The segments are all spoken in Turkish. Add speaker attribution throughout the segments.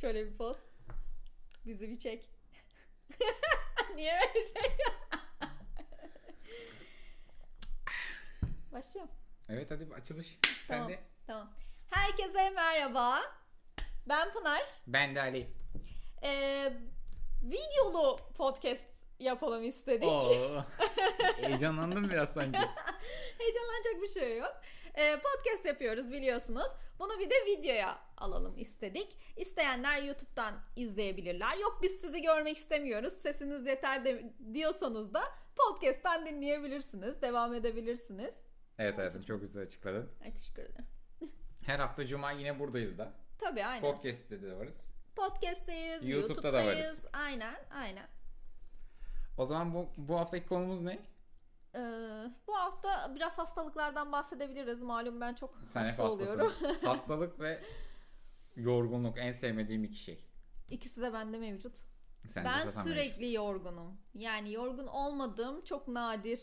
Speaker 1: şöyle bir poz. Bizi bir çek. Niye böyle şey? Başlıyorum.
Speaker 2: Evet hadi açılış.
Speaker 1: Tamam.
Speaker 2: Sen de.
Speaker 1: Tamam. Herkese merhaba. Ben Pınar.
Speaker 2: Ben de Ali.
Speaker 1: Ee, videolu podcast yapalım istedik.
Speaker 2: Oo. Heyecanlandım biraz sanki.
Speaker 1: Heyecanlanacak bir şey yok. Ee, podcast yapıyoruz biliyorsunuz. Bunu bir de videoya alalım istedik. İsteyenler YouTube'dan izleyebilirler. Yok biz sizi görmek istemiyoruz. Sesiniz yeter de, diyorsanız da podcast'tan dinleyebilirsiniz. Devam edebilirsiniz.
Speaker 2: Evet hayatım çok güzel açıkladın.
Speaker 1: Ay teşekkür ederim.
Speaker 2: Her hafta cuma yine buradayız da.
Speaker 1: Tabii aynen.
Speaker 2: Podcast'te de varız.
Speaker 1: Podcast'teyiz,
Speaker 2: YouTube'da da
Speaker 1: YouTube'dayız.
Speaker 2: varız.
Speaker 1: Aynen, aynen.
Speaker 2: O zaman bu, bu haftaki konumuz ne?
Speaker 1: Ee, bu hafta biraz hastalıklardan bahsedebiliriz. Malum ben çok
Speaker 2: Sen hep
Speaker 1: hasta
Speaker 2: hastasın.
Speaker 1: oluyorum.
Speaker 2: Hastalık ve yorgunluk en sevmediğim iki şey.
Speaker 1: İkisi de bende mevcut.
Speaker 2: Sen de
Speaker 1: ben
Speaker 2: zaten
Speaker 1: sürekli yorgunum. Yani yorgun olmadığım çok nadir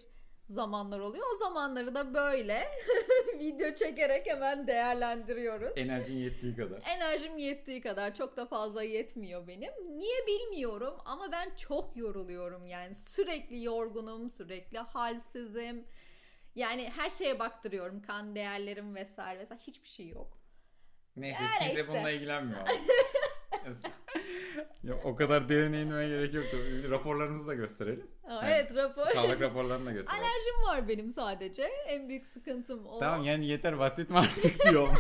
Speaker 1: zamanlar oluyor. O zamanları da böyle video çekerek hemen değerlendiriyoruz.
Speaker 2: Enerjin yettiği kadar.
Speaker 1: Enerjim yettiği kadar çok da fazla yetmiyor benim. Niye bilmiyorum ama ben çok yoruluyorum yani. Sürekli yorgunum, sürekli halsizim. Yani her şeye baktırıyorum. Kan değerlerim vesaire vesaire hiçbir şey yok.
Speaker 2: Neyse
Speaker 1: Yani
Speaker 2: kimse
Speaker 1: işte.
Speaker 2: bununla ilgilenmiyor. ya, o kadar derine inmeye gerek yoktu. Raporlarımızı da gösterelim.
Speaker 1: Aa,
Speaker 2: Ben
Speaker 1: Evet rapor.
Speaker 2: Sağlık raporlarını da gösterelim.
Speaker 1: Alerjim var benim sadece. En büyük sıkıntım o.
Speaker 2: Tamam yani yeter bahsetme artık diyorum.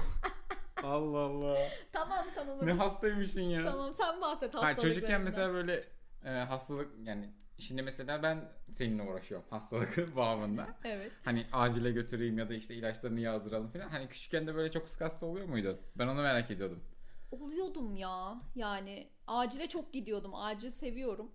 Speaker 2: Allah Allah.
Speaker 1: Tamam tamam.
Speaker 2: Ne
Speaker 1: hadi.
Speaker 2: hastaymışsın ya.
Speaker 1: Tamam sen bahset
Speaker 2: Hayır,
Speaker 1: hastalıklarından.
Speaker 2: çocukken mesela böyle e, hastalık yani şimdi mesela ben seninle uğraşıyorum hastalık bağımında.
Speaker 1: Evet.
Speaker 2: Hani acile götüreyim ya da işte ilaçlarını yazdıralım falan. Hani küçükken de böyle çok sık hasta oluyor muydu? Ben onu merak ediyordum.
Speaker 1: Oluyordum ya. Yani acile çok gidiyordum. Acil seviyorum.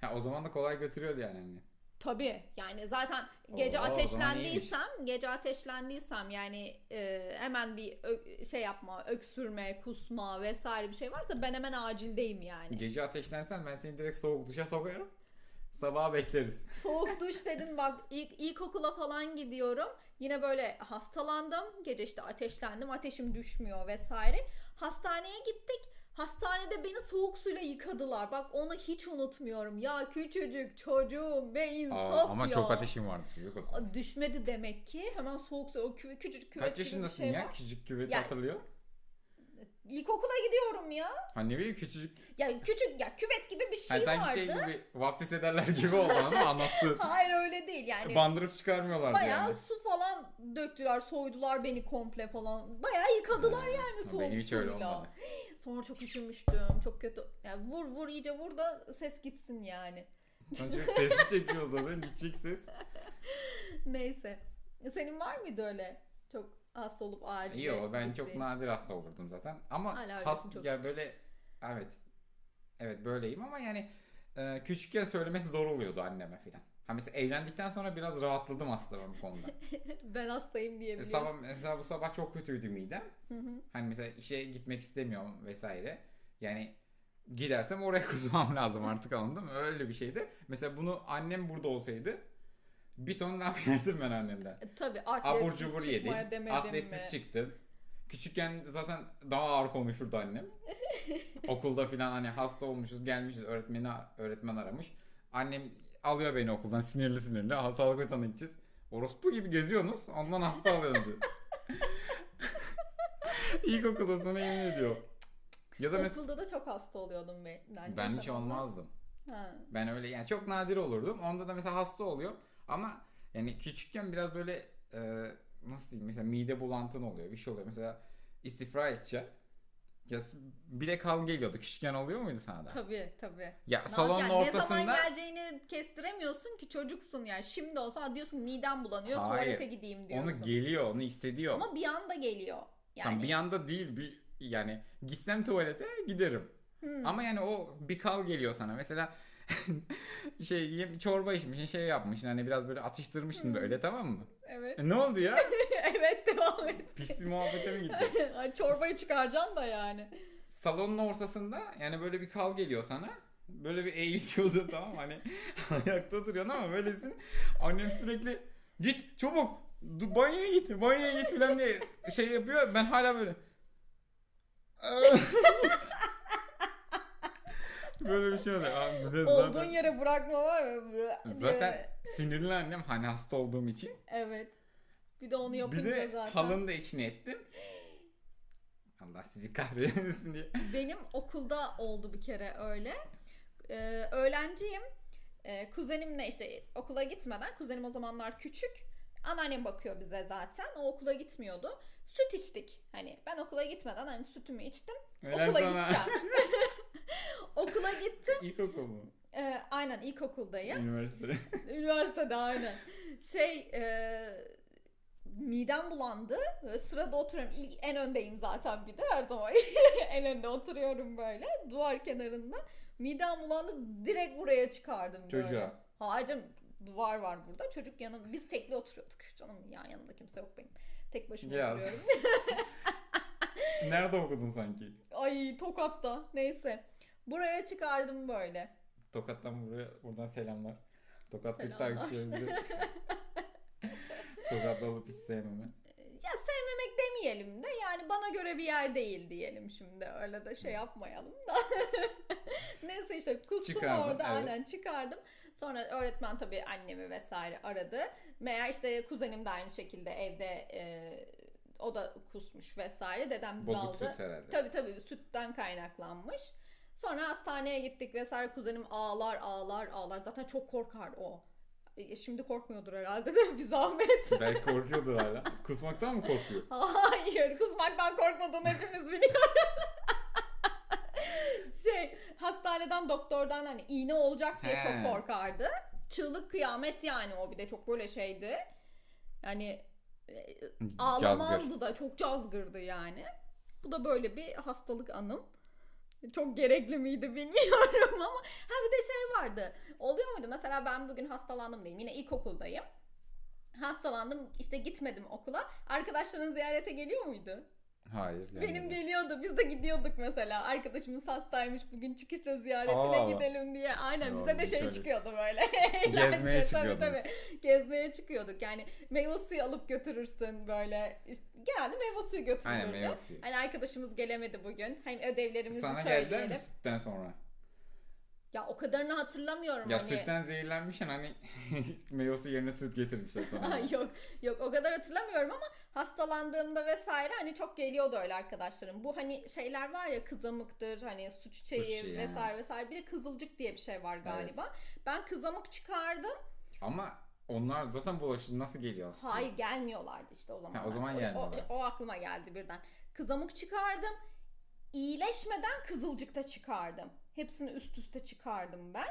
Speaker 2: Ha, o zaman da kolay götürüyordu yani. hani. anne.
Speaker 1: Tabii yani zaten gece
Speaker 2: Oo, o zaman
Speaker 1: ateşlendiysem gece ateşlendiysem yani e, hemen bir ö- şey yapma öksürme kusma vesaire bir şey varsa ben hemen acildeyim yani.
Speaker 2: Gece ateşlensen ben seni direkt soğuk duşa sokarım. Sabaha bekleriz.
Speaker 1: Soğuk duş dedin bak ilk ilkokula falan gidiyorum. Yine böyle hastalandım. Gece işte ateşlendim. Ateşim düşmüyor vesaire. Hastaneye gittik. Hastanede beni soğuk suyla yıkadılar. Bak onu hiç unutmuyorum. Ya küçücük çocuğum be
Speaker 2: Aa,
Speaker 1: insaf
Speaker 2: ama
Speaker 1: ya.
Speaker 2: çok ateşim vardı. Yok o zaman.
Speaker 1: A, Düşmedi demek ki. Hemen soğuk su o küve, küçücük küvet
Speaker 2: Kaç
Speaker 1: gibi bir
Speaker 2: yaşındasın
Speaker 1: şey
Speaker 2: ya?
Speaker 1: var.
Speaker 2: Küçük küveti
Speaker 1: Yani-
Speaker 2: hatırlıyor.
Speaker 1: İlkokula gidiyorum ya.
Speaker 2: Hani ne bileyim küçücük
Speaker 1: Ya küçük ya küvet gibi bir şey
Speaker 2: Hani sanki
Speaker 1: vardı.
Speaker 2: şey gibi vaftiz ederler gibi oldu ama anlattı.
Speaker 1: Hayır öyle değil yani.
Speaker 2: Bandırıp çıkarmıyorlardı
Speaker 1: Hani Bayağı
Speaker 2: yani.
Speaker 1: su falan döktüler, soydular beni komple falan. Bayağı yıkadılar yani soğuk
Speaker 2: Benim hiç öyle
Speaker 1: suyla.
Speaker 2: olmadı.
Speaker 1: Sonra çok üşümüştüm. Çok kötü. Yani vur vur iyice vur da ses gitsin yani.
Speaker 2: Önce sesli çekiyoruz zaten gidecek ses.
Speaker 1: Neyse. Senin var mıydı öyle? Çok hasta olup acil.
Speaker 2: İyi o ben çok nadir hasta olurdum zaten. Ama
Speaker 1: Hala öylesin
Speaker 2: hasta
Speaker 1: çok
Speaker 2: ya böyle evet. Evet böyleyim ama yani e, küçükken söylemesi zor oluyordu anneme filan. Ha mesela evlendikten sonra biraz rahatladım aslında ben bu konuda.
Speaker 1: ben hastayım
Speaker 2: E,
Speaker 1: diyebiliyorsun.
Speaker 2: sabah, mesela bu sabah çok kötüydü midem.
Speaker 1: Hı hı.
Speaker 2: Hani mesela işe gitmek istemiyorum vesaire. Yani gidersem oraya kusmam lazım artık anladın mı? Öyle bir şeydi. Mesela bunu annem burada olsaydı bir ton laf yerdim ben annemden.
Speaker 1: E, Tabii
Speaker 2: Abur
Speaker 1: atletsiz
Speaker 2: cubur
Speaker 1: çıkmaya
Speaker 2: yedin.
Speaker 1: demedim mi?
Speaker 2: Atletsiz çıktın. Küçükken zaten daha ağır konuşurdu annem. Okulda filan hani hasta olmuşuz gelmişiz öğretmeni öğretmen aramış. Annem alıyor beni okuldan sinirli sinirli. "Aha, Sağlık ocağına gideceğiz. Orospu gibi geziyorsunuz ondan hasta alıyorsunuz. İlkokulda sana yemin ediyor. Ya da mesela
Speaker 1: Okulda da çok hasta oluyordum ben.
Speaker 2: ben hiç
Speaker 1: insanım.
Speaker 2: olmazdım.
Speaker 1: Ha.
Speaker 2: Ben öyle yani çok nadir olurdum. Onda da mesela hasta oluyor. Ama yani küçükken biraz böyle e, nasıl diyeyim mesela mide bulantın oluyor. Bir şey oluyor. Mesela istifra edeceğim. Ya s- bir de kal geliyordu. Küçükken oluyor muydu sana da?
Speaker 1: Tabii tabii.
Speaker 2: Ya
Speaker 1: Ne
Speaker 2: salonun
Speaker 1: yapacaksın? Ne
Speaker 2: ortasında
Speaker 1: zaman geleceğini kestiremiyorsun ki çocuksun yani. Şimdi olsa "Aa," diyorsun midem bulanıyor
Speaker 2: Hayır.
Speaker 1: tuvalete gideyim diyorsun.
Speaker 2: onu geliyor, onu hissediyor.
Speaker 1: Ama bir anda geliyor. Yani.
Speaker 2: Tam bir anda değil bir yani gitsem tuvalete giderim.
Speaker 1: Hmm.
Speaker 2: Ama yani o bir kal geliyor sana. Mesela şey yem- çorba içmişsin, şey yapmışsın hani biraz böyle atıştırmışsın
Speaker 1: Hmm.
Speaker 2: böyle tamam mı?
Speaker 1: Evet.
Speaker 2: E, ne oldu ya?
Speaker 1: evet devam et.
Speaker 2: Pis bir muhabbete mi gitti?
Speaker 1: Ay, Çorbayı çıkaracaksın da yani.
Speaker 2: salonun ortasında yani böyle bir kal geliyor sana. Böyle bir eğiliyordu tamam mı? hani ayakta duruyorsun ama böylesin. Annem sürekli git çabuk du- banyoya git banyoya git "Ah!" falan diye şey yapıyor. Ben hala böyle Böyle bir şey oluyor. Abi, bir de
Speaker 1: Olduğun
Speaker 2: zaten,
Speaker 1: yere bırakma var mı?
Speaker 2: zaten sinirli annem hani hasta olduğum için.
Speaker 1: Evet. Bir de onu yapınca
Speaker 2: Bir de
Speaker 1: zaten.
Speaker 2: halını da içine ettim. Allah sizi kahretsin diye.
Speaker 1: Benim okulda oldu bir kere öyle. Ee, öğlenciyim. Ee, kuzenimle işte okula gitmeden, kuzenim o zamanlar küçük. Anneannem bakıyor bize zaten. O okula gitmiyordu. Süt içtik. Hani ben okula gitmeden hani sütümü içtim.
Speaker 2: Öğlen
Speaker 1: okula
Speaker 2: sonra-
Speaker 1: gideceğim. okula gittim.
Speaker 2: İlkokul mu?
Speaker 1: Ee, aynen ilkokuldayım.
Speaker 2: Üniversitede.
Speaker 1: Üniversitede aynen. Şey e, midem bulandı. Böyle Sırada oturuyorum. İlk, en öndeyim zaten bir de her zaman. en önde oturuyorum böyle. Duvar kenarında. Midem bulandı. Direkt buraya çıkardım böyle.
Speaker 2: Çocuğa.
Speaker 1: Hayır canım, duvar var burada. Çocuk yanım. Biz tekli oturuyorduk. Canım yan yanımda kimse yok benim. Tek başıma
Speaker 2: Yaz.
Speaker 1: oturuyorum.
Speaker 2: Nerede okudun sanki?
Speaker 1: Ay tokatta. Neyse. Buraya çıkardım böyle.
Speaker 2: Tokat'tan buraya buradan selamlar. Tokat'taki
Speaker 1: Selamlar.
Speaker 2: takipçilerimize. Tokat'ta olup hiç sevmeme.
Speaker 1: ya sevmemek demeyelim de yani bana göre bir yer değil diyelim şimdi öyle de şey yapmayalım da. Neyse işte kustum
Speaker 2: Çıkardın,
Speaker 1: orada
Speaker 2: evet.
Speaker 1: aynen çıkardım. Sonra öğretmen tabii annemi vesaire aradı. Meğer işte kuzenim de aynı şekilde evde e, o da kusmuş vesaire. Dedem bizi
Speaker 2: Bozuk
Speaker 1: aldı.
Speaker 2: süt herhalde.
Speaker 1: Tabii tabii sütten kaynaklanmış. Sonra hastaneye gittik vesaire kuzenim ağlar ağlar ağlar. Zaten çok korkar o. E, Şimdi korkmuyordur herhalde de bir zahmet.
Speaker 2: Belki korkuyordur hala. Kusmaktan mı korkuyor?
Speaker 1: Hayır, kusmaktan korkmadığını hepimiz biliyoruz. şey, hastaneden doktordan hani iğne olacak diye
Speaker 2: He.
Speaker 1: çok korkardı. Çığlık kıyamet yani o bir de çok böyle şeydi. Yani e, ağlamazdı da çok cazgırdı yani. Bu da böyle bir hastalık anım. Çok gerekli miydi bilmiyorum ama ha bir de şey vardı. Oluyor muydu? Mesela ben bugün hastalandım diyeyim. Yine ilkokuldayım. Hastalandım işte gitmedim okula. Arkadaşların ziyarete geliyor muydu?
Speaker 2: Hayır.
Speaker 1: Benim geliyordu. Biz de gidiyorduk mesela. Arkadaşımız hastaymış bugün çıkışta ziyaretine
Speaker 2: Aa.
Speaker 1: gidelim diye. Aynen
Speaker 2: Doğru,
Speaker 1: bize de
Speaker 2: biz
Speaker 1: şey
Speaker 2: öyle-
Speaker 1: çıkıyordu böyle.
Speaker 2: Gezmeye
Speaker 1: Eğlence,
Speaker 2: çıkıyordunuz.
Speaker 1: Gezmeye çıkıyorduk. Yani meyve suyu alıp götürürsün böyle. İşte genelde meyve suyu götürürdü.
Speaker 2: Aynen meyve suyu.
Speaker 1: Hani arkadaşımız gelemedi bugün. Hem ödevlerimizi
Speaker 2: Sana geldiler mi
Speaker 1: söyleyelim.
Speaker 2: sütten sonra?
Speaker 1: Ya o kadarını hatırlamıyorum
Speaker 2: Ya
Speaker 1: hani.
Speaker 2: sütten zehirlenmişsin hani meyve suyu yerine süt getirmişler sana.
Speaker 1: yok yok o kadar hatırlamıyorum ama hastalandığımda vesaire hani çok geliyordu öyle arkadaşlarım. Bu hani şeyler var ya kızamıktır hani su çiçeği
Speaker 2: Sushi,
Speaker 1: vesaire
Speaker 2: ha.
Speaker 1: vesaire bir de kızılcık diye bir şey var galiba. Ben kızamık çıkardım.
Speaker 2: Ama onlar zaten bulaşıcı nasıl geliyor aslında?
Speaker 1: Hayır gelmiyorlardı işte o zaman.
Speaker 2: Ha, o zaman gelmiyorlar.
Speaker 1: O, aklıma geldi birden. Kızamık çıkardım. İyileşmeden kızılcıkta çıkardım. Hepsini üst üste çıkardım ben.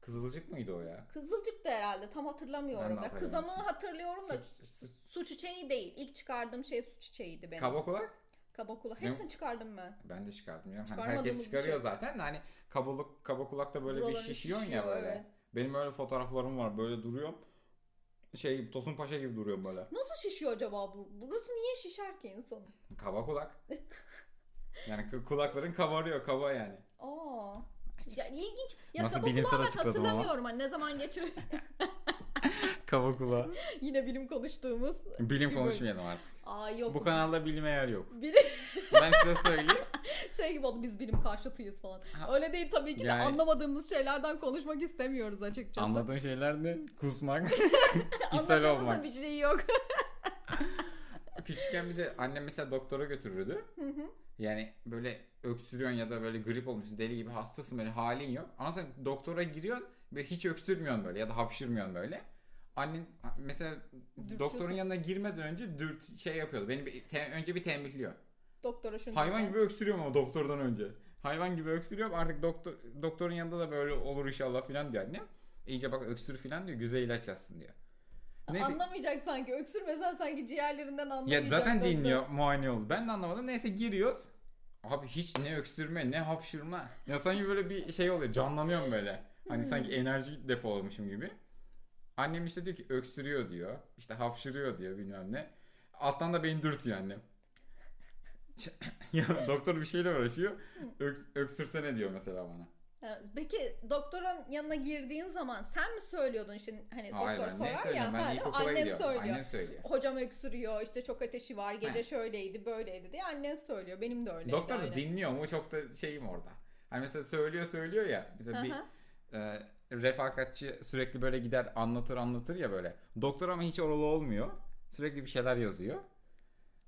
Speaker 2: Kızılcık mıydı o ya?
Speaker 1: Kızılcık da herhalde tam hatırlamıyorum.
Speaker 2: Ben de
Speaker 1: Ya Kızamığı
Speaker 2: hatırlamıyorum.
Speaker 1: hatırlıyorum da
Speaker 2: Süt, süt-
Speaker 1: su çiçeği değil. İlk çıkardım şey su çiçeğiydi benim.
Speaker 2: kabak olarak
Speaker 1: Kabakula. Hepsini çıkardım ben.
Speaker 2: ben de çıkardım ya. Hani
Speaker 1: Çıkarmadığımız
Speaker 2: herkes
Speaker 1: bir
Speaker 2: çıkarıyor
Speaker 1: şey.
Speaker 2: zaten de hani kabuluk, kabakulakta böyle
Speaker 1: Buraları
Speaker 2: bir şişiyorsun ya
Speaker 1: şişiyor,
Speaker 2: böyle.
Speaker 1: evet.
Speaker 2: Benim öyle fotoğraflarım var böyle duruyorum. Şey gibi, Tosun Paşa gibi duruyorum böyle.
Speaker 1: Nasıl şişiyor acaba bu? Burası niye şişer ki insanın?
Speaker 2: Kaba kulak. yani kı- kulakların kabarıyor kaba yani.
Speaker 1: Aa. Ya ilginç. Ya
Speaker 2: Nasıl
Speaker 1: Nasıl
Speaker 2: bilimsel
Speaker 1: kabakula
Speaker 2: açıkladım ama.
Speaker 1: hatırlamıyorum. Hani ne zaman geçir
Speaker 2: Kaba kulağı.
Speaker 1: yine bilim konuştuğumuz.
Speaker 2: Bilim
Speaker 1: Bir
Speaker 2: konuşmayalım artık.
Speaker 1: Aa yok.
Speaker 2: Bu kanalda bilime yer yok.
Speaker 1: Bir
Speaker 2: Ben size söyleyeyim.
Speaker 1: şey gibi oldu biz bilim karşıtıyız falan.
Speaker 2: Ha.
Speaker 1: Öyle değil tabii ki
Speaker 2: Yani-
Speaker 1: de anlamadığımız şeylerden konuşmak istemiyoruz açıkçası.
Speaker 2: Anladığın şeyler ne? Kusmak, ishal
Speaker 1: Anladığımızda
Speaker 2: olmak.
Speaker 1: bir şey yok.
Speaker 2: Küçükken bir de annem mesela doktora götürürdü.
Speaker 1: Hı hı.
Speaker 2: Yani böyle öksürüyorsun ya da böyle grip olmuşsun deli gibi hastasın böyle halin yok. Ama sen doktora giriyorsun ve hiç öksürmüyorsun böyle ya da hapşırmıyorsun böyle. Annen mesela
Speaker 1: Dürtüyorsun.
Speaker 2: doktorun yanına girmeden önce dürt şey yapıyordu. Beni bir, te- önce bir tembihliyor.
Speaker 1: Doktora şunu
Speaker 2: Hayvan
Speaker 1: diyeceğim.
Speaker 2: gibi öksürüyorum ama doktordan önce. Hayvan gibi öksürüyorum artık doktor doktorun yanında da böyle olur inşallah filan diyor annem. İyice bak öksür filan diyor güzel ilaç yazsın diyor. Neyse
Speaker 1: Anlamayacak sanki. Öksürmesen sanki ciğerlerinden anlamayacak.
Speaker 2: ya zaten
Speaker 1: doktor.
Speaker 2: dinliyor muayene oldu. Ben de anlamadım. Neyse giriyoruz. Abi hiç ne öksürme ne hapşırma. Ya sanki böyle bir şey oluyor. Canlanıyorum böyle. Hani
Speaker 1: Hmm.
Speaker 2: sanki enerji depolamışım gibi. Annem işte diyor ki öksürüyor diyor. İşte hapşırıyor diyor bilmem ne. Alttan da beni dürtüyor annem. ya doktor bir şeyle uğraşıyor.
Speaker 1: Hmm.
Speaker 2: Öks- öksürsene diyor mesela bana.
Speaker 1: Ha, Peki doktorun yanına girdiğin zaman sen mi söylüyordun işte hani
Speaker 2: Hayır
Speaker 1: doktor
Speaker 2: ben ne
Speaker 1: sorar ya
Speaker 2: söylüyorum?
Speaker 1: ha,
Speaker 2: Ben ilkokula
Speaker 1: annen
Speaker 2: gidiyorum.
Speaker 1: söylüyor.
Speaker 2: Annem söylüyor.
Speaker 1: Hocam öksürüyor işte çok ateşi var gece
Speaker 2: He.
Speaker 1: şöyleydi böyleydi diye annen söylüyor. Benim de öyleydi.
Speaker 2: Doktor da
Speaker 1: aynen.
Speaker 2: dinliyor mu çok da şeyim orada. Hani mesela söylüyor söylüyor ya. Mesela bir
Speaker 1: Aha.
Speaker 2: e, refakatçi sürekli böyle gider anlatır anlatır ya böyle. Doktor ama hiç oralı olmuyor. Sürekli bir şeyler yazıyor.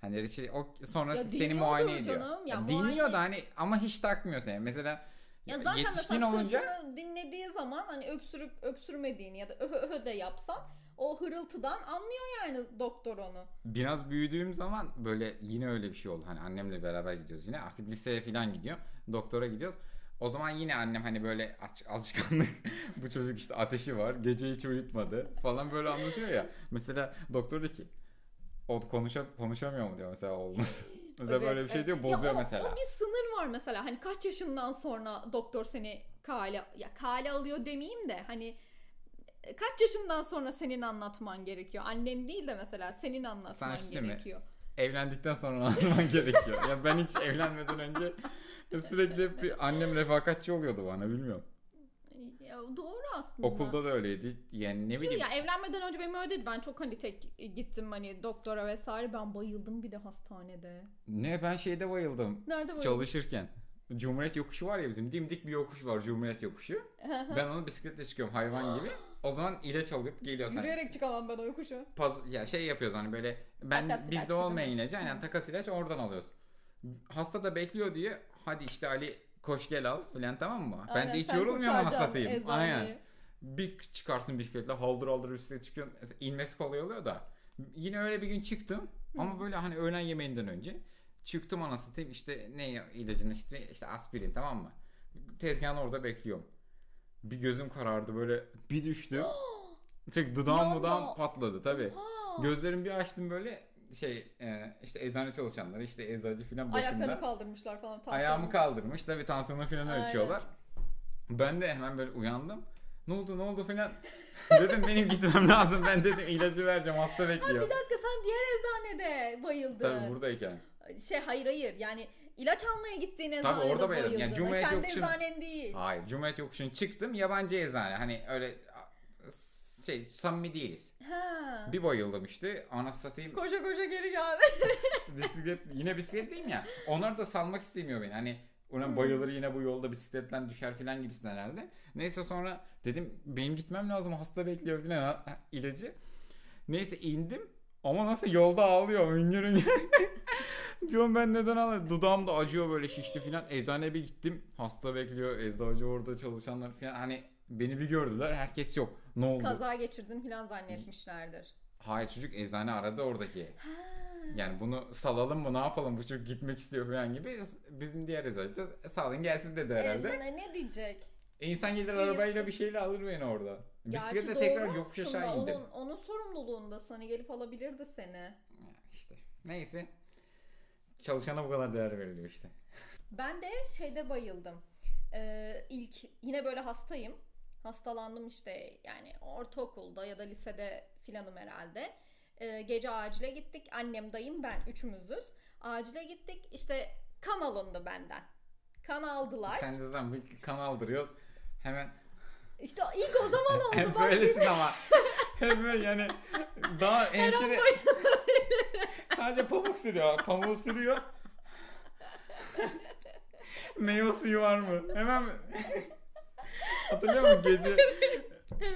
Speaker 2: Hani şey, o sonra
Speaker 1: Ya
Speaker 2: seni
Speaker 1: dinliyordur
Speaker 2: muayene ediyor.
Speaker 1: canım, ya
Speaker 2: Ya
Speaker 1: muayene-
Speaker 2: dinliyor da hani ama hiç takmıyor seni. Mesela
Speaker 1: Ya zaten
Speaker 2: yetişkin
Speaker 1: mesela
Speaker 2: olunca
Speaker 1: sırtını dinlediği zaman hani öksürüp öksürmediğini ya da öhö öhö de yapsan o hırıltıdan anlıyor yani doktor onu.
Speaker 2: biraz büyüdüğüm zaman böyle yine öyle bir şey oldu. Hani annemle beraber gidiyoruz yine. Artık liseye falan gidiyor. Doktora gidiyoruz. O zaman yine annem hani böyle aç- alışkanlık bu çocuk işte ateşi var gece hiç uyutmadı falan böyle anlatıyor ya. Mesela doktor diyor ki o konuşa, konuşamıyor mu diyor mesela olmaz. mesela
Speaker 1: Evet,
Speaker 2: böyle bir şey
Speaker 1: evet.
Speaker 2: diyor bozuyor
Speaker 1: ya o-
Speaker 2: mesela.
Speaker 1: O bir sınır var mesela. Hani kaç yaşından sonra doktor seni kale ya kale alıyor demeyeyim de hani e, kaç yaşından sonra senin anlatman gerekiyor. Annen değil de mesela senin anlatman
Speaker 2: Sen şey mi?
Speaker 1: gerekiyor.
Speaker 2: Evlendikten sonra anlaman gerekiyor. ya ben hiç evlenmeden önce sürekli hep bir annem refakatçi oluyordu bana bilmiyorum.
Speaker 1: Ya doğru aslında.
Speaker 2: Okulda da öyleydi. Yani ne bileyim.
Speaker 1: ya evlenmeden önce benim öyle dedi. Ben çok hani tek gittim hani doktora vesaire. Ben bayıldım bir de hastanede.
Speaker 2: Ne ben şeyde bayıldım.
Speaker 1: Nerede bayıldın?
Speaker 2: Çalışırken. Cumhuriyet yokuşu var ya bizim dimdik bir yokuş var Cumhuriyet yokuşu. Ben onu bisikletle çıkıyorum hayvan gibi. O zaman ilaç alıp geliyorsun.
Speaker 1: Yürüyerek çıkamam ben o yokuşu.
Speaker 2: Paz- ya şey yapıyoruz hani böyle ben
Speaker 1: Takas ilaç
Speaker 2: bizde
Speaker 1: gibi
Speaker 2: olmayan
Speaker 1: mi?
Speaker 2: ilacı aynen takas ilaç oradan alıyoruz. Hasta da bekliyor diye hadi işte Ali koş gel al filan tamam mı? ben de
Speaker 1: Aynen,
Speaker 2: hiç
Speaker 1: sen
Speaker 2: yorulmuyorum ama
Speaker 1: kurtaracaksın
Speaker 2: satayım.
Speaker 1: eczaneyi.
Speaker 2: Aynen. Bir çıkarsın bisikletle haldır haldır üstüne çıkıyorsun. Mesela İnmesi kolay oluyor da. Yine öyle bir gün çıktım. Ama böyle hani öğlen yemeğinden önce. Çıktım anasını satayım işte ne ilacını işte, işte aspirin tamam mı? Tezgahın orada bekliyorum. Bir gözüm karardı böyle bir düştüm. Tek dudağım
Speaker 1: Yanma.
Speaker 2: budağım patladı tabii.
Speaker 1: Oha!
Speaker 2: Gözlerimi bir açtım böyle şey e, işte eczane çalışanları işte eczacı filan başımda.
Speaker 1: Ayaklarını kaldırmışlar falan. Tansiyon.
Speaker 2: Ayağımı kaldırmış tabii tansiyonu filan
Speaker 1: Aynen.
Speaker 2: ölçüyorlar. Ben de hemen böyle uyandım. Ne oldu ne oldu filan. dedim benim gitmem lazım ben dedim ilacı vereceğim hasta
Speaker 1: Bir
Speaker 2: bekliyor.
Speaker 1: dakika sen diğer eczanede bayıldın.
Speaker 2: Tabii buradayken.
Speaker 1: Şey hayır hayır yani ilaç almaya gittiğin eczanede
Speaker 2: orada bayıldım.
Speaker 1: bayıldın.
Speaker 2: Yani Cumhuriyet
Speaker 1: Kendi
Speaker 2: Yokuşu'nun-
Speaker 1: eczanen değil.
Speaker 2: Hayır Cumhuriyet Yokuşu'na çıktım yabancı eczane hani öyle a, şey samimi değiliz.
Speaker 1: Ha.
Speaker 2: Bir bayıldım işte anasını satayım
Speaker 1: Koşa koşa geri geldi.
Speaker 2: bisiklet yine bisikletliyim ya. Onlar da salmak istemiyor beni. Hani
Speaker 1: Hmm.
Speaker 2: ona bayılır yine bu yolda bisikletten düşer filan gibisinden herhalde. Neyse sonra dedim benim gitmem lazım hasta bekliyor filan ha- ha, ilacı. Neyse indim ama nasıl yolda ağlıyor üngür üngür. Diyorum ben neden ağlıyorum? Dudağım da acıyor böyle şişti filan. Eczaneye bir gittim. Hasta bekliyor. Eczacı orada çalışanlar filan. Hani beni bir gördüler. Herkes yok. Ne oldu?
Speaker 1: Kaza geçirdin falan zannetmişlerdir.
Speaker 2: Hayır çocuk eczane aradı oradaki.
Speaker 1: Ha.
Speaker 2: Yani bunu salalım mı ne yapalım bu çocuk gitmek istiyor falan gibi bizim diğer eczacı da salın gelsin dedi herhalde.
Speaker 1: Eczane Ee, ne diyecek?
Speaker 2: E, İnsan gelir
Speaker 1: Neyse.
Speaker 2: arabayla bir şeyle alır beni orada.
Speaker 1: Gerçi
Speaker 2: Bisikletle
Speaker 1: doğru
Speaker 2: tekrar yokuş
Speaker 1: aslında,
Speaker 2: aşağı indim.
Speaker 1: Onun, onun sorumluluğunda sana gelip alabilirdi seni.
Speaker 2: Ya İşte neyse. Çalışana bu kadar değer veriliyor işte.
Speaker 1: Ben de şeyde bayıldım. Ee, ilk yine böyle hastayım. Hastalandım işte yani ortaokulda ya da lisede filanım herhalde. Ee, gece acile gittik. Annem, dayım, ben üçümüzüz. Acile gittik. İşte kan alındı benden. Kan aldılar.
Speaker 2: Sen de zaten bir kan aldırıyoruz. Hemen
Speaker 1: İşte ilk o zaman oldu.
Speaker 2: hep
Speaker 1: bak.
Speaker 2: böylesin ama. Hep böyle yani daha hemşire sadece pamuk sürüyor. Pamuğu sürüyor. Meyve suyu var mı? Hemen Hatırlıyor musun gece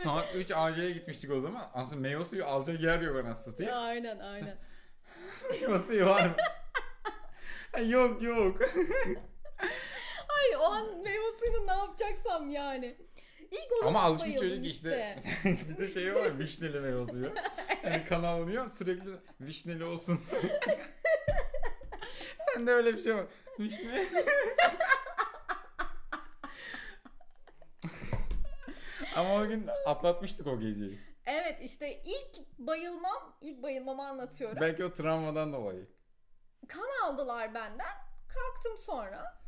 Speaker 2: saat 3 AC'ye gitmiştik o zaman. Aslında meyve suyu alacak yer yok anasını satayım.
Speaker 1: Aynen aynen.
Speaker 2: Meyve suyu var mı? Ha, yok yok.
Speaker 1: Hayır o an meyve suyunu ne yapacaksam yani. İlk o zaman
Speaker 2: Ama alışmış
Speaker 1: bayıldım
Speaker 2: çocuk işte. bir de şey var ya, vişneli meyve suyu. Hani kan alınıyor sürekli vişneli olsun. Sende öyle bir şey var. Vişne. Ama o gün atlatmıştık o geceyi.
Speaker 1: Evet işte ilk bayılmam, ilk bayılmamı anlatıyorum.
Speaker 2: Belki o travmadan dolayı.
Speaker 1: Kan aldılar benden. Kalktım sonra.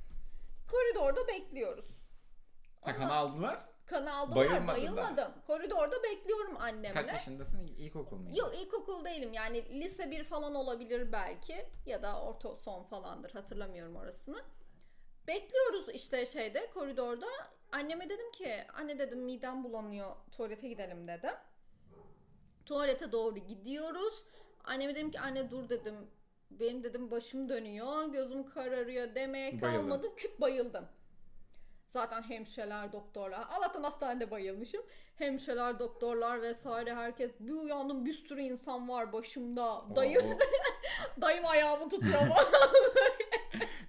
Speaker 1: Koridorda bekliyoruz.
Speaker 2: Ha, kan aldılar.
Speaker 1: Kan aldılar
Speaker 2: Bayılmadın daha.
Speaker 1: bayılmadım. Koridorda bekliyorum annemle.
Speaker 2: Kaç yaşındasın? İlkokul mu?
Speaker 1: Yok ilkokul değilim yani lise 1 falan olabilir belki ya da orta son falandır hatırlamıyorum orasını. Bekliyoruz işte şeyde koridorda anneme dedim ki anne dedim midem bulanıyor tuvalete gidelim dedim. Tuvalete doğru gidiyoruz. Anneme dedim ki anne dur dedim benim dedim başım dönüyor gözüm kararıyor demeye
Speaker 2: Bayıldın.
Speaker 1: kalmadı küt bayıldım. Zaten hemşireler, doktorlar. Allah'tan hastanede bayılmışım. Hemşireler, doktorlar vesaire herkes. Bir uyandım bir sürü insan var başımda. Dayım,
Speaker 2: O- o-
Speaker 1: dayım ayağımı tutuyor bana.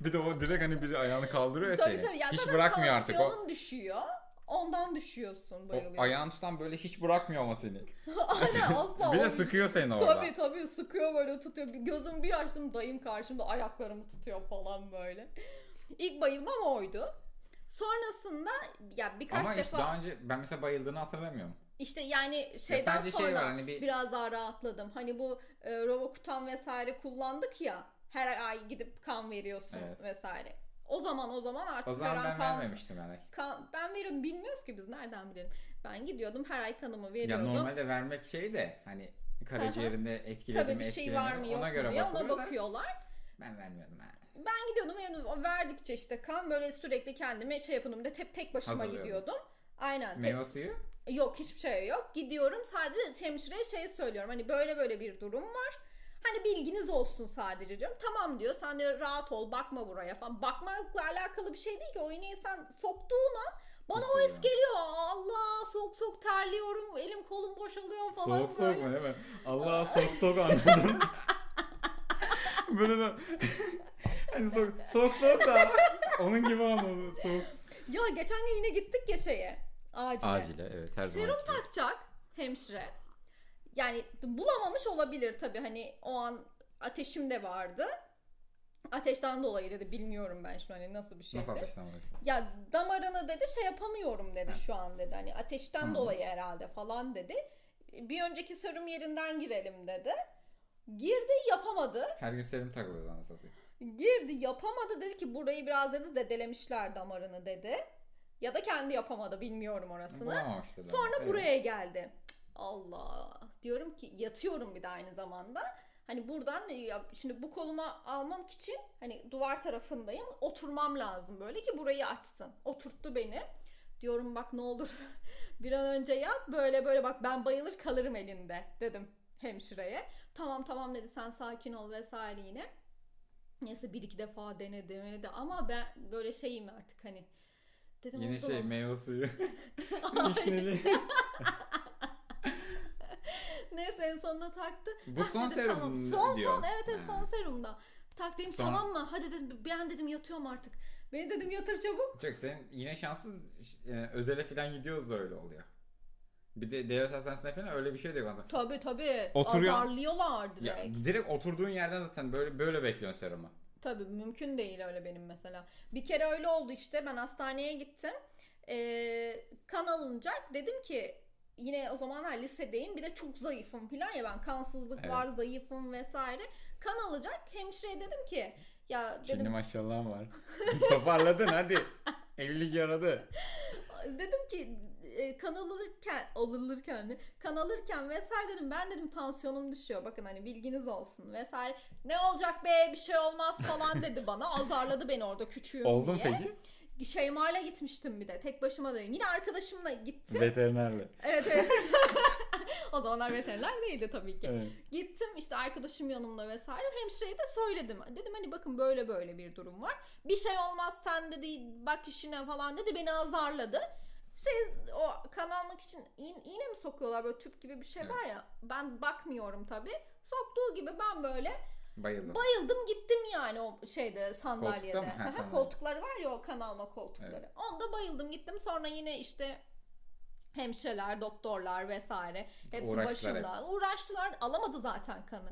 Speaker 2: bir de o direkt hani biri ayağını kaldırıyor ya
Speaker 1: tabii
Speaker 2: seni.
Speaker 1: tabii. Ya
Speaker 2: hiç
Speaker 1: zaten
Speaker 2: bırakmıyor artık o.
Speaker 1: tansiyonun düşüyor. Ondan düşüyorsun
Speaker 2: o
Speaker 1: bayılıyorsun.
Speaker 2: ayağını tutan böyle hiç bırakmıyor ama seni.
Speaker 1: Aynen asla.
Speaker 2: bir de
Speaker 1: olmuyor.
Speaker 2: sıkıyor seni orada.
Speaker 1: Tabii tabii sıkıyor böyle tutuyor. Bir gözüm bir açtım dayım karşımda ayaklarımı tutuyor falan böyle. İlk bayılmam oydu. Sonrasında ya birkaç
Speaker 2: Ama
Speaker 1: defa
Speaker 2: işte daha önce ben mesela bayıldığını hatırlamıyorum.
Speaker 1: işte yani
Speaker 2: Ya
Speaker 1: şeyden
Speaker 2: sadece
Speaker 1: sonra
Speaker 2: şey var hani bir
Speaker 1: biraz daha rahatladım. Hani bu e, Rovokutan vesaire kullandık ya. Her ay gidip kan veriyorsun
Speaker 2: Evet.
Speaker 1: vesaire. O zaman o zaman artık
Speaker 2: o zaman
Speaker 1: veren
Speaker 2: ben
Speaker 1: kan,
Speaker 2: vermemiştim herhalde.
Speaker 1: kan- ben veriyorum bilmiyoruz ki biz nereden bilelim. Ben gidiyordum her ay kanımı
Speaker 2: Ya
Speaker 1: veriyordum.
Speaker 2: normalde vermek şey de hani karaciğerinde etkiledi
Speaker 1: Tabii
Speaker 2: mi
Speaker 1: bir şey var
Speaker 2: etkilemedi
Speaker 1: mı
Speaker 2: mi
Speaker 1: yok
Speaker 2: ona
Speaker 1: mu
Speaker 2: göre
Speaker 1: diye
Speaker 2: bakılıyor
Speaker 1: ona
Speaker 2: da
Speaker 1: bakıyorlar.
Speaker 2: ben vermiyordum ha.
Speaker 1: Ben gidiyordum yani o verdikçe işte kan böyle sürekli kendime şey yapıyordum da tek tek başıma
Speaker 2: Hazırlıyordum.
Speaker 1: gidiyordum. Aynen. Tek,
Speaker 2: Meyve suyu
Speaker 1: yok hiçbir şey yok. Gidiyorum sadece hemşireye şey söylüyorum. Hani böyle böyle bir durum var. Hani bilginiz olsun sadece diyorum. Tamam diyor. Sen de rahat ol bakma buraya falan. Bakmakla alakalı bir şey değil ki. O iğneyi sen soktuğun an bana
Speaker 2: Nasıl
Speaker 1: o his
Speaker 2: ya?
Speaker 1: geliyor. Allah soğuk soğuk terliyorum. Elim kolum boşalıyor falan.
Speaker 2: soğuk soğuk
Speaker 1: böyle.
Speaker 2: mu değil mi? Allah soğuk soğuk anladım. Böyle de hani soğuk, soğuk soğuk da onun gibi anladım soğuk.
Speaker 1: Ya geçen gün yine gittik ya şeye. Acile.
Speaker 2: evet her
Speaker 1: Serum takacak hemşire. Yani bulamamış olabilir tabii hani o an ateşim de vardı. Ateşten dolayı dedi bilmiyorum ben şimdi hani nasıl bir şeydi.
Speaker 2: Nasıl ateşten oluyor?
Speaker 1: Ya damarına dedi şey yapamıyorum dedi
Speaker 2: Ha.
Speaker 1: şu an dedi. Hani ateşten
Speaker 2: Hı.
Speaker 1: dolayı herhalde falan dedi. Bir önceki serum yerinden girelim dedi. Girdi yapamadı.
Speaker 2: Her gün serum takılıyor sana satıyor.
Speaker 1: Girdi yapamadı dedi ki burayı biraz dedi zedelemişler damarını dedi. Ya da kendi yapamadı bilmiyorum orasını.
Speaker 2: Bulamamıştır.
Speaker 1: Sonra
Speaker 2: Evet.
Speaker 1: buraya geldi. Allah. Diyorum ki yatıyorum bir de aynı zamanda. Hani buradan ya şimdi bu koluma almam için hani duvar tarafındayım. Oturmam lazım böyle ki burayı açsın. Oturttu beni. Diyorum bak ne olur bir an önce yat böyle böyle bak ben bayılır kalırım elinde dedim hemşireye. Tamam tamam dedi sen sakin ol vesaire yine. Neyse bir iki defa denedi denedi ama ben böyle şeyim artık hani. Dedim
Speaker 2: Yine
Speaker 1: oldu
Speaker 2: şey
Speaker 1: mu?
Speaker 2: meyve suyu.
Speaker 1: Ay.
Speaker 2: Vişneli.
Speaker 1: Neyse en sonunda taktı.
Speaker 2: Bu son
Speaker 1: Dedi,
Speaker 2: serum
Speaker 1: tamam.
Speaker 2: mu
Speaker 1: Son
Speaker 2: diyor.
Speaker 1: son evet evet
Speaker 2: Ha.
Speaker 1: son serumda. Tak dedim
Speaker 2: Son-
Speaker 1: tamam mı? Hadi dedim ben dedim yatıyorum artık. Beni dedim yatır çabuk.
Speaker 2: Çok sen yine şanssız e, özele falan gidiyoruz da öyle oluyor. Bir de devlet hastanesinde falan öyle bir şey diyor. zaten.
Speaker 1: Tabi tabi.
Speaker 2: Oturuyor.
Speaker 1: Azarlıyorlar
Speaker 2: Ya,
Speaker 1: direkt.
Speaker 2: direkt oturduğun yerden zaten böyle böyle bekliyorsun serumu.
Speaker 1: Tabii mümkün değil öyle benim mesela. Bir kere öyle oldu işte ben hastaneye gittim. Ee, kan alınacak. Dedim ki yine o zamanlar lisedeyim bir de çok zayıfım falan ya ben kansızlık
Speaker 2: Evet.
Speaker 1: var zayıfım vesaire. Kan alacak. Hemşireye dedim ki ya
Speaker 2: Şimdi
Speaker 1: dedim
Speaker 2: maşallah var. Toparladın hadi. Evlilik yaradı.
Speaker 1: dedim ki e, kan alırken alırken mi? kan alırken vesaire dedim ben dedim tansiyonum düşüyor bakın hani bilginiz olsun vesaire ne olacak be bir şey olmaz falan dedi bana azarladı beni orada küçüğüm
Speaker 2: Oldun
Speaker 1: diye.
Speaker 2: peki?
Speaker 1: Şeyma'yla gitmiştim bir de tek başıma değil yine arkadaşımla gittim
Speaker 2: Veterinerle.
Speaker 1: evet evet o zamanlar veteriner değildi tabii ki
Speaker 2: Evet.
Speaker 1: Gittim işte arkadaşım yanımda vesaire. Hemşireye de söyledim. Dedim hani bakın böyle böyle bir durum var. Bir şey olmaz sen dedi bak işine falan dedi. Beni azarladı. Şey o kan almak için iğ- iğne mi sokuyorlar böyle tüp gibi bir şey var ya. Ben bakmıyorum tabii. Soktuğu gibi ben böyle
Speaker 2: Bayıldım.
Speaker 1: bayıldım gittim yani o şeyde sandalyede.
Speaker 2: Koltukta mı? Ha,
Speaker 1: Aha,
Speaker 2: sandalye.
Speaker 1: Koltukları var ya o kan alma koltukları.
Speaker 2: Evet.
Speaker 1: Onda bayıldım gittim. Sonra yine işte hemşireler, doktorlar vesaire hepsi
Speaker 2: Uğraştılar
Speaker 1: başımda. Uğraştılar. Alamadı zaten kanı.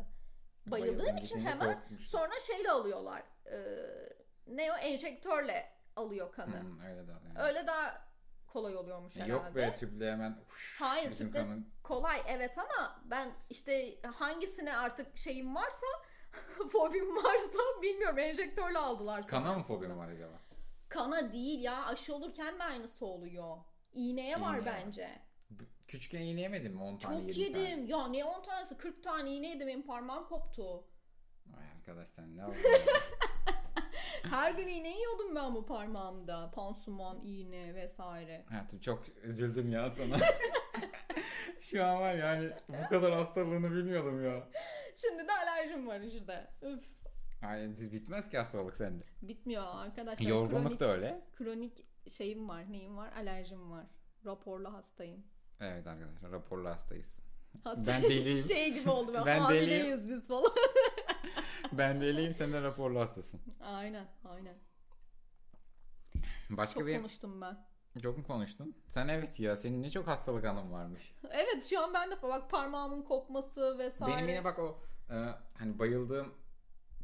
Speaker 1: Bayıldığım
Speaker 2: Bayıldım,
Speaker 1: için
Speaker 2: gidince
Speaker 1: hemen
Speaker 2: korkmuştum.
Speaker 1: Sonra şeyle alıyorlar. Ee, ne o? Enjektörle alıyor kanı.
Speaker 2: Hmm, öyle de yani. E,
Speaker 1: Öyle daha kolay oluyormuş herhalde.
Speaker 2: Yok be tüple hemen. huş,
Speaker 1: Hayır,
Speaker 2: bütün
Speaker 1: tüple-
Speaker 2: kanın-
Speaker 1: Kolay evet ama ben işte hangisine artık şeyim varsa fobim varsa bilmiyorum enjektörle aldılar.
Speaker 2: Kana mı
Speaker 1: sonrasında.
Speaker 2: fobim var acaba?
Speaker 1: Kana değil ya aşı olurken de aynısı oluyor. İğneye var
Speaker 2: İğneye var.
Speaker 1: bence.
Speaker 2: B- Küçükken iğne yemedin mi 10 tane?
Speaker 1: Çok
Speaker 2: 20
Speaker 1: yedim.
Speaker 2: tane?
Speaker 1: Ya ne 10 tanesi 40 tane iğne yedim benim parmağım koptu.
Speaker 2: Ay arkadaş sen ne yapıyorsun?
Speaker 1: Her gün iğne yiyordum ben bu parmağımda. Pansuman, iğne vesaire.
Speaker 2: Hayatım çok üzüldüm ya sana. Şu an var yani bu kadar hastalığını bilmiyordum ya.
Speaker 1: Şimdi de alerjim var işte. Üf.
Speaker 2: Yani bitmez ki hastalık sende.
Speaker 1: Bitmiyor arkadaşlar.
Speaker 2: Yorgunluk
Speaker 1: kronik,
Speaker 2: da öyle.
Speaker 1: Kronik şeyim var, neyim var? Alerjim var. Raporlu hastayım.
Speaker 2: Evet arkadaşlar raporlu hastayız.
Speaker 1: Hasta
Speaker 2: Ben deliyim.
Speaker 1: şey gibi oldu ben.
Speaker 2: Ben deliyim.
Speaker 1: Hamileyiz biz falan.
Speaker 2: ben deliyim sen de raporlu hastasın.
Speaker 1: aynen, aynen.
Speaker 2: Başka
Speaker 1: Çok
Speaker 2: bir
Speaker 1: konuştum ben.
Speaker 2: çok mu konuştun? Sen evet ya senin ne çok hastalık anın varmış.
Speaker 1: Evet şu an ben de bak parmağımın kopması vesaire.
Speaker 2: Benim yine bak o e, hani bayıldığım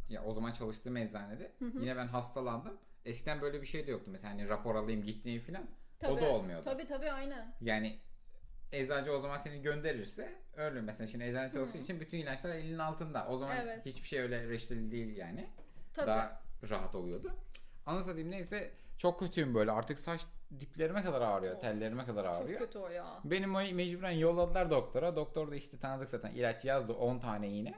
Speaker 2: ya o zaman çalıştığım eczanede
Speaker 1: Hı hı.
Speaker 2: yine ben hastalandım. Eskiden böyle bir şey de yoktu mesela hani rapor alayım gitmeyeyim falan. o da olmuyordu.
Speaker 1: Tabii tabii aynen.
Speaker 2: Yani eczacı o zaman seni gönderirse öyle mesela şimdi eczane çalıştığı
Speaker 1: Hı.
Speaker 2: için bütün ilaçlar elinin altında. O zaman
Speaker 1: Evet.
Speaker 2: hiçbir şey öyle reçeteli değil yani.
Speaker 1: Tabii.
Speaker 2: Daha rahat oluyordu. Anlatayım neyse çok kötüyüm böyle artık saç diplerime kadar ağrıyor,
Speaker 1: Of,
Speaker 2: tellerime kadar
Speaker 1: Çok
Speaker 2: ağrıyor.
Speaker 1: kötü o ya.
Speaker 2: Benim me- mecburen yolladılar doktora. Doktor da işte tanıdık zaten ilaç yazdı 10 tane iğne.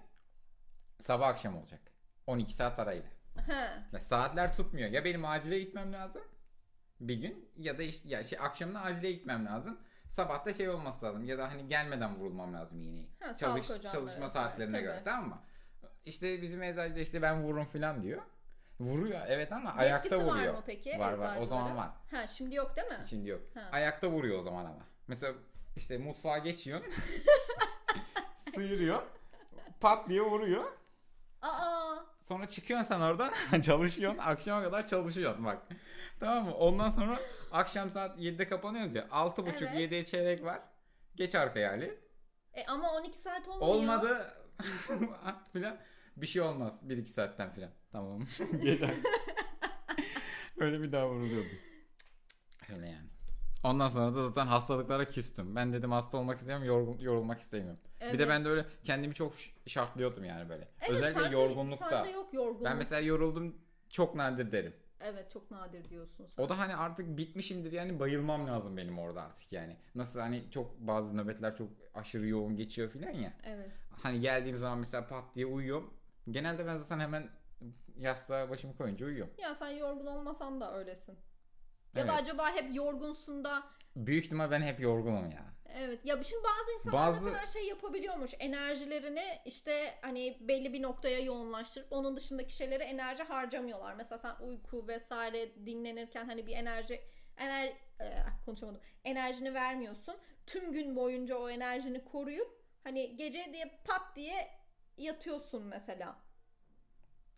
Speaker 2: Sabah akşam olacak. 12 saat arayla.
Speaker 1: He.
Speaker 2: Ya saatler tutmuyor. Ya benim acile gitmem lazım bir gün ya da işte ya şey akşamına acile gitmem lazım. Sabah da şey olması lazım ya da hani gelmeden vurulmam lazım iğneyi.
Speaker 1: Ha, sağlık
Speaker 2: Çalış,
Speaker 1: ocağında
Speaker 2: çalışma
Speaker 1: vesaire.
Speaker 2: saatlerine
Speaker 1: Tabii.
Speaker 2: göre tamam mı? İşte bizim eczacı da işte ben vururum falan diyor. Vuruyor evet ama
Speaker 1: Yetkisi
Speaker 2: ayakta vuruyor.
Speaker 1: var mı peki?
Speaker 2: Var var o zaman
Speaker 1: eczacıların?
Speaker 2: var.
Speaker 1: Ha şimdi yok değil mi?
Speaker 2: Şimdi yok.
Speaker 1: Ha.
Speaker 2: Ayakta vuruyor o zaman ama. Mesela işte mutfağa geçiyorsun. sıyırıyor. Pat diye vuruyor.
Speaker 1: Aa.
Speaker 2: Sonra çıkıyorsun sen orada çalışıyorsun. Akşama kadar çalışıyorsun bak. Tamam mı? Ondan sonra akşam saat 7'de kapanıyoruz ya. 6.30
Speaker 1: Evet.
Speaker 2: 7'ye çeyrek var. Geç arkaya Ali.
Speaker 1: E ama 12 saat olmuyor.
Speaker 2: Olmadı filan. Bir şey olmaz 1-2 saatten filan. Tamam. Geçer. Öyle bir daha vuruluyordum. Öyle yani. Ondan sonra da zaten hastalıklara küstüm. Ben dedim hasta olmak istemiyorum, yorgun- yorulmak istemiyorum. Bir de ben de öyle kendimi çok ş- şartlıyordum yani böyle.
Speaker 1: Evet,
Speaker 2: Özellikle
Speaker 1: sende-
Speaker 2: yorgunlukta.
Speaker 1: Sende yok yorgunluk.
Speaker 2: Ben mesela yoruldum çok nadir derim.
Speaker 1: Evet çok nadir diyorsun sen.
Speaker 2: O da hani artık bitmişimdir yani bayılmam lazım benim orada artık yani. Nasıl hani çok bazı nöbetler çok aşırı yoğun geçiyor filan ya.
Speaker 1: Evet.
Speaker 2: Hani geldiğim zaman mesela pat diye uyuyorum. Genelde ben zaten hemen yastığa başımı koyunca uyuyorum.
Speaker 1: Ya sen yorgun olmasan da öylesin. Ya da
Speaker 2: Evet.
Speaker 1: acaba hep yorgunsun da
Speaker 2: Büyük ihtimal ben hep yorgunum ya.
Speaker 1: Evet ya şimdi bazı insanlar
Speaker 2: Bazı-
Speaker 1: mesela şey yapabiliyormuş enerjilerini işte hani belli bir noktaya yoğunlaştırıp onun dışındaki şeylere enerji harcamıyorlar. Mesela sen uyku vesaire dinlenirken hani bir enerji ener, e, konuşamadım enerjini vermiyorsun. Tüm gün boyunca o enerjini koruyup hani gece diye pat diye yatıyorsun mesela.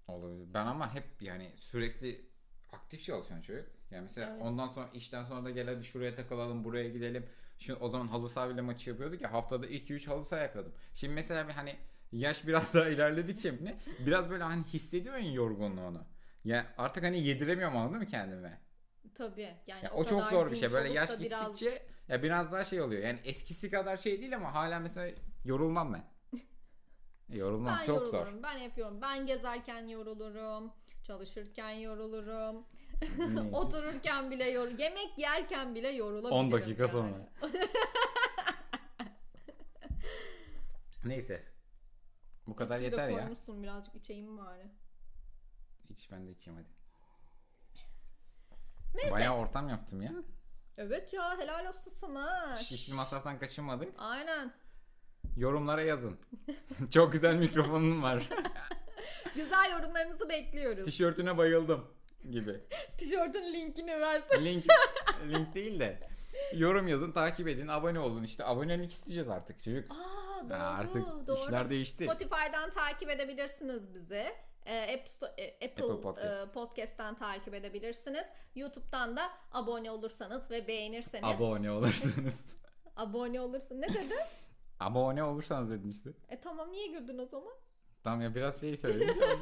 Speaker 2: Olabilir. Ben ama hep yani sürekli aktif çalışan çocuk. Yani mesela
Speaker 1: Evet.
Speaker 2: ondan sonra işten sonra da gel hadi şuraya takılalım, buraya gidelim. Şimdi o zaman halı saha bile maçı yapıyorduk ya haftada 2-3 halı saha yapıyordum. Şimdi mesela bir hani yaş biraz daha ilerledikçe mi ne? biraz böyle hani hissediyorsun yorgunluğunu. Ya artık hani yediremiyorum anladın mı kendime?
Speaker 1: Tabii yani
Speaker 2: Ya
Speaker 1: o,
Speaker 2: o, çok
Speaker 1: kadar
Speaker 2: zor bir
Speaker 1: dinç
Speaker 2: şey. Böyle
Speaker 1: olup
Speaker 2: yaş
Speaker 1: da
Speaker 2: gittikçe
Speaker 1: biraz-
Speaker 2: ya biraz daha şey oluyor. Yani eskisi kadar şey değil ama hala mesela yorulmam ben. Yorulmam
Speaker 1: Ben
Speaker 2: çok zor.
Speaker 1: yorulurum. Ben yapıyorum. Ben gezerken yorulurum. Çalışırken yorulurum.
Speaker 2: Neyse.
Speaker 1: Otururken bile yor, yemek yerken bile yorulabilirim.
Speaker 2: 10 dakika
Speaker 1: yani.
Speaker 2: sonra. Neyse. Bu kadar
Speaker 1: Suyu da
Speaker 2: yeter ya.
Speaker 1: koymuşsun birazcık içeyim bari.
Speaker 2: İç ben de içeyim hadi.
Speaker 1: Neyse.
Speaker 2: Bayağı ortam yaptım ya.
Speaker 1: Evet ya helal olsun sana.
Speaker 2: Hiçbir masraftan kaçınmadık.
Speaker 1: Aynen.
Speaker 2: Yorumlara yazın. Çok güzel mikrofonun var.
Speaker 1: Güzel yorumlarınızı bekliyoruz.
Speaker 2: Tişörtüne bayıldım gibi.
Speaker 1: Tişörtün linkini versin.
Speaker 2: Link link değil de yorum yazın, takip edin, abone olun. İşte abonelik isteyeceğiz artık çocuk.
Speaker 1: Aa doğru
Speaker 2: Ya artık
Speaker 1: doğru.
Speaker 2: işler değişti.
Speaker 1: Spotify'dan takip edebilirsiniz bizi. Ee, App Sto- e, Apple,
Speaker 2: Apple Podcast.
Speaker 1: e, Podcast'ten takip edebilirsiniz. YouTube'dan da abone olursanız ve beğenirseniz.
Speaker 2: Abone olursunuz.
Speaker 1: abone olursun. Ne dedim?
Speaker 2: abone olursanız dedim işte.
Speaker 1: e tamam niye güldün o zaman?
Speaker 2: Tamam ya biraz şey söyledim.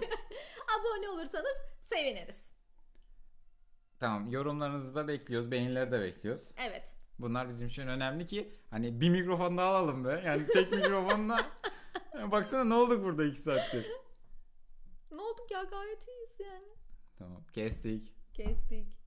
Speaker 1: Abone olursanız seviniriz.
Speaker 2: tamam yorumlarınızı da bekliyoruz, beğenileri de bekliyoruz.
Speaker 1: Evet.
Speaker 2: Bunlar bizim için önemli ki hani bir mikrofon daha alalım be. Yani tek mikrofonla Yani baksana ne olduk burada iki saattir.
Speaker 1: Ne olduk ya gayet iyiyiz yani.
Speaker 2: Tamam kestik.
Speaker 1: Kestik.